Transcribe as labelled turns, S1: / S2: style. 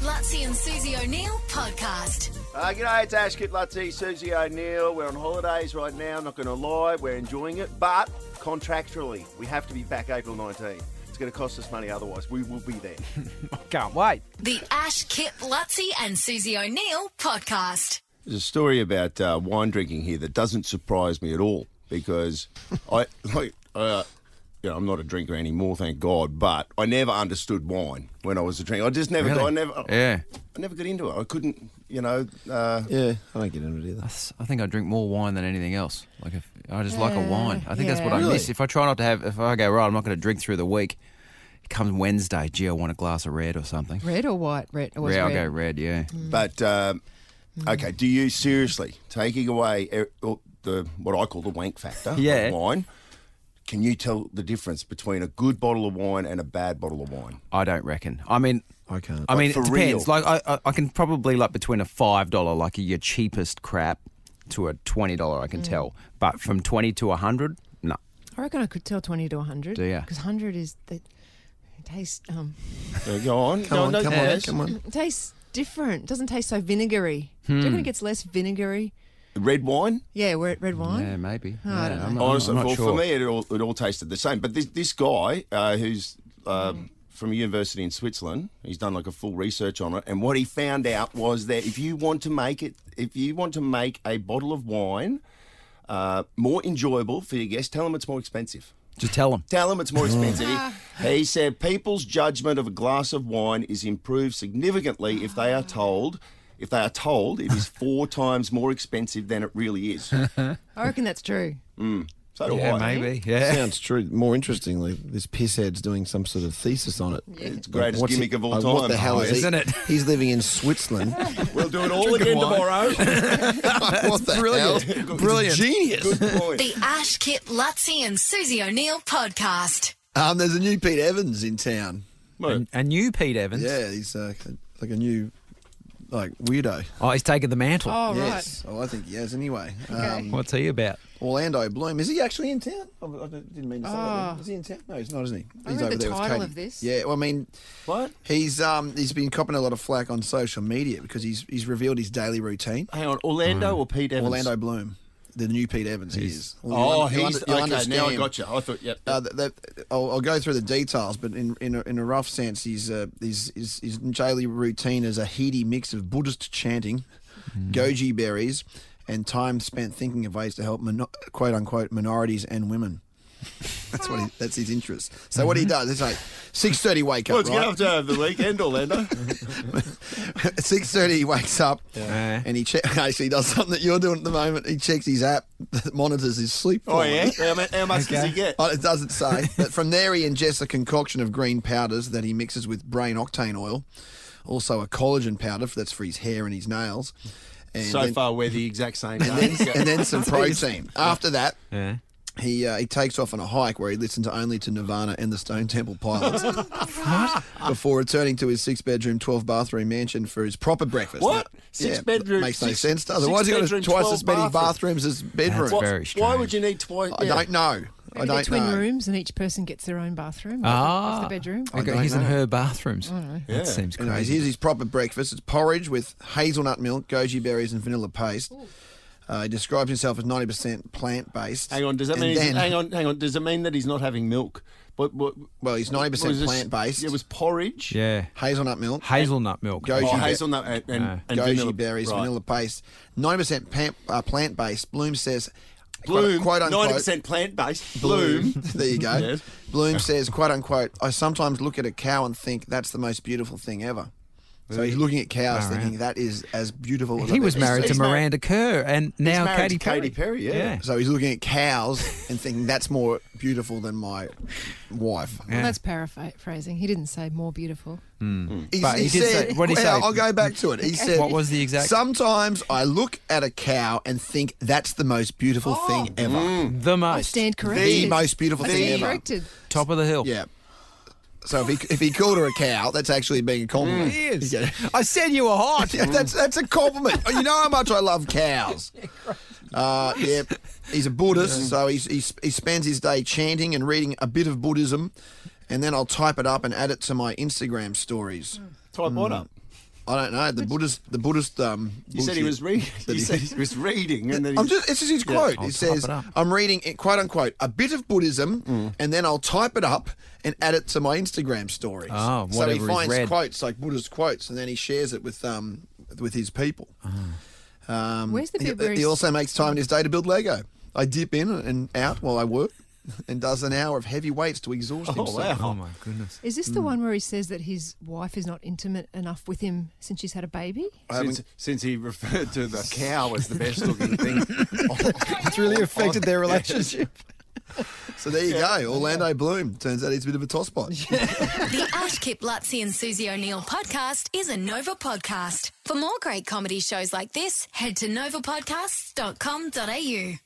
S1: Lutzi and Susie O'Neill podcast.
S2: Uh, g'day, it's Ash Kit Lutzi, Susie O'Neill. We're on holidays right now, not going to lie, we're enjoying it, but contractually, we have to be back April 19. It's going to cost us money otherwise. We will be there.
S3: I can't wait.
S1: The Ash, Kip, Lutzi and Susie O'Neill podcast.
S4: There's a story about uh, wine drinking here that doesn't surprise me at all because I like uh, you know I'm not a drinker anymore, thank God. But I never understood wine when I was a drinker. I just never, got, I never,
S5: Yeah.
S4: I never got into it. I couldn't, you know. Uh,
S6: Yeah, I don't get into it either.
S5: I s- I think I drink more wine than anything else. Like if I just like a wine. I think that's what I miss. If I try not to have, if I go right, I'm not going to drink through the week. It comes Wednesday. Gee, I want a glass of red or something.
S7: Red or white? Red. It was
S5: yeah,
S7: red.
S5: I'll go red. Yeah.
S4: But um,
S6: Mm.
S4: okay, do you seriously taking away er, or the what I call the wank factor
S5: Yeah.
S4: of wine? Can you tell the difference between a good bottle of wine and a bad bottle of wine?
S5: I don't reckon. I mean,
S6: I can't.
S5: I mean,
S4: for
S5: it depends.
S4: real.
S5: Like I, I, I can probably like between a five dollar, like your cheapest crap, to a twenty dollar. I can
S7: Mm.
S5: tell. But from twenty to a hundred, no.
S7: I reckon I could tell twenty to hundred.
S5: Do ya?
S7: Because hundred is that it tastes um
S4: Uh, go on,
S6: Come on, come on, come on.
S7: it tastes different. It doesn't taste so vinegary. Do you
S5: Hmm.
S7: reckon it gets less vinegary?
S4: Red wine.
S7: Yeah, red, red wine.
S5: Yeah, maybe.
S7: Oh, I
S5: yeah,
S7: don't know.
S5: I'm, not-
S4: Honestly,
S5: I'm not
S4: for,
S5: sure.
S4: for me, it all, it all tasted the same. But this this guy uh, who's uh, from a university in Switzerland, he's done like a full research on it, and what he found out was that if you want to make it, if you want to make a bottle of wine uh, more enjoyable for your guests, tell them it's more expensive.
S5: just tell them.
S4: Tell them it's more expensive.
S5: Ah.
S4: he, he said people's judgment of a glass of wine is improved significantly if they are told. If they are told it is four times more expensive than it really is,
S7: I reckon that's true.
S4: so do I.
S5: maybe. Yeah.
S6: Sounds true. More interestingly, this pisshead's doing some sort of thesis on it. It's
S4: the greatest gimmick of all
S6: uh, What the
S4: time.
S6: hell
S4: Oh,
S6: is he-
S5: isn't it?
S6: He's living in Switzerland.
S4: We'll do it all again tomorrow.
S6: what the
S4: Good-
S6: hell?
S4: good-
S6: Brilliant. Genius.
S4: Good point.
S1: The Ash, Kip, Lutzi and Susie O'Neill podcast.
S6: Um, there's a new Pete Evans in town.
S4: Mate,
S3: And you, Pete Evans.
S6: Yeah, he's uh, like a new like weirdo.
S3: Oh, he's taking the mantle.
S7: Oh
S6: yes. Oh, I think he has anyway. Um,
S3: What's he about?
S6: Orlando Bloom. Is he actually in town? I I didn't mean to say that.
S7: Oh.
S6: did I? Is he in town? No, he's not, isn't he?
S7: I
S6: he's
S7: read the title
S6: Katie.
S7: of this.
S6: Yeah, well, I mean,
S4: What?
S6: He's um he's been copping a lot of flack on social media because he's he's revealed his daily routine.
S4: Hang on, Orlando or Pete Evans?
S6: Hmm. Orlando Bloom, the new Pete Evans, he is. Well, you'll
S4: Oh,
S6: un- you'll
S4: he's
S6: under-
S4: okay. Now
S6: you'll
S4: I
S6: understand.
S4: got you. I thought, yep.
S6: Uh, th- th- I'll, I'll go through the details, but in in a, in a rough sense, his, uh, his his his daily routine is a heady mix of Buddhist chanting,
S4: Hmm.
S6: goji berries, and time spent thinking of ways to help mono- quote unquote minorities and women. That's what he, that's his interest. So what he does is like six thirty wake up.
S4: Mm-hmm. What's
S6: right?
S4: going have to have the weekend, Orlando?
S6: six thirty, he wakes up
S3: Yeah.
S6: and he che- actually he does something that you're doing at the moment. He checks his app, that monitors his sleep.
S4: oh,
S6: quality.
S4: yeah? How, mu- how much does
S3: Okay.
S4: he get?
S6: Oh, it doesn't say. But from there, he ingests a concoction of green powders that he mixes with brain octane oil, also a collagen powder that's for his hair and his nails, and
S4: So
S6: then,
S4: far, we're the exact same.
S6: and
S4: guys.
S6: then, and then some protein. After that,
S3: Yeah.
S6: he uh, he takes off on a hike where he listens only to Nirvana and the Stone Temple Pilots before returning to his six bedroom, twelve bathroom mansion for his proper breakfast.
S4: What?
S6: Now,
S4: Six
S6: yeah,
S4: bedroom-
S6: makes no
S4: six-
S6: sense.
S4: six
S6: Otherwise, he's
S4: bedroom,
S6: got twice
S4: 12
S6: as many
S4: bathrooms.
S6: bathrooms as bedrooms.
S4: Why-
S3: very
S4: Why
S3: strange.
S4: would you need twice?
S6: I
S4: yeah.
S6: don't know. I
S7: Maybe they're
S6: don't
S7: twin
S6: know.
S7: rooms and each person gets their own bathroom.
S3: Ah.
S7: off the bedroom.
S3: I got
S6: don't
S3: his and
S6: know.
S3: her bathrooms. That seems crazy.
S6: Anyways, here's his proper breakfast. It's porridge with hazelnut milk, goji berries, and vanilla paste. Uh, he describes himself as 90% plant based.
S4: Hang on, does that mean? he's- hang on, hang on. Does it mean that he's not having milk? But what?
S6: Well, he's 90%
S4: was this-
S6: plant-based.
S4: It was porridge.
S3: yeah.
S6: Hazelnut milk,
S3: Hazelnut milk.
S6: Goji
S4: Oh,
S6: be-
S4: hazelnut and, and, and
S6: goji
S4: vanilla.
S6: berries,
S4: Right.
S6: vanilla paste. 90% plant, uh, plant based. Bloom says,
S4: Bloom.
S6: quote, quote
S4: Ninety
S6: unquote.
S4: percent plant based.
S6: Bloom.
S4: Bloom.
S6: there you go.
S4: Yes.
S6: Bloom says, quote unquote, I sometimes look at a cow and think that's the most beautiful thing ever. So he's looking at cows
S3: Alright.
S6: thinking that is as beautiful as
S3: He
S6: I've
S3: was
S6: ever
S3: married to
S6: seen."
S4: he's married-
S3: Miranda Kerr and now
S4: married
S3: Katy
S4: to
S3: Perry.
S4: Katy Perry, yeah.
S6: So he's looking at cows and thinking that's more beautiful than my wife.
S3: Yeah.
S7: Well, that's paraphrasing. He didn't say more beautiful.
S6: He,
S3: But he did say- what'd he
S6: Well,
S3: say?
S6: I'll go back to it. He said,
S3: What was the exact-
S6: Sometimes I look at a cow and think that's the most beautiful thing ever.
S3: The most.
S7: I stand corrected.
S6: The most beautiful
S7: I
S6: thing
S7: stand
S6: ever.
S7: corrected.
S3: Top of the hill.
S6: Yeah. So if he if he called her a cow, that's actually being a compliment.
S5: Mm.
S3: He is. I said you were hot.
S6: Yeah, that's that's a compliment. Oh, you know how much I love cows. Uh, yeah, he's a Buddhist, so he's, he's, he spends his day chanting and reading a bit of Buddhism, and then I'll type it up and add it to my Instagram stories.
S4: Type what up?
S6: I don't know. The Buddhist, the Buddhist. Um,
S4: You said he was reading. You said he was reading, and then
S6: I'm
S4: he-
S6: just, this is his quote.
S5: I'll type
S6: It says,
S5: it up.
S6: I'm reading, it, quote unquote, a bit of Buddhism, and then I'll type it up and add it to my Instagram stories.
S5: Ah,
S6: so he
S5: whatever he's
S6: finds
S5: read.
S6: quotes, like Buddhist quotes, and then he shares it with um, with his people. Um,
S7: Where's the
S6: he-
S7: bit where
S6: he,
S7: he's-
S6: also makes time in his day to build Lego. I dip in and out while I work and does an hour of heavy weights to exhaust
S4: Oh
S6: himself.
S4: wow!
S5: my goodness.
S7: Is this the one where he says that his wife is not intimate enough with him since she's had a baby?
S6: I haven't-
S4: Since, since he referred to the cow as the best looking thing,
S3: It's really affected their relationship.
S6: So there you go. Orlando Bloom. Turns out he's a bit of a tosspot.
S1: The Ash Kip Lutzi and Susie O'Neill podcast is a Nova podcast. For more great comedy shows like this, head to novapodcasts.com.au.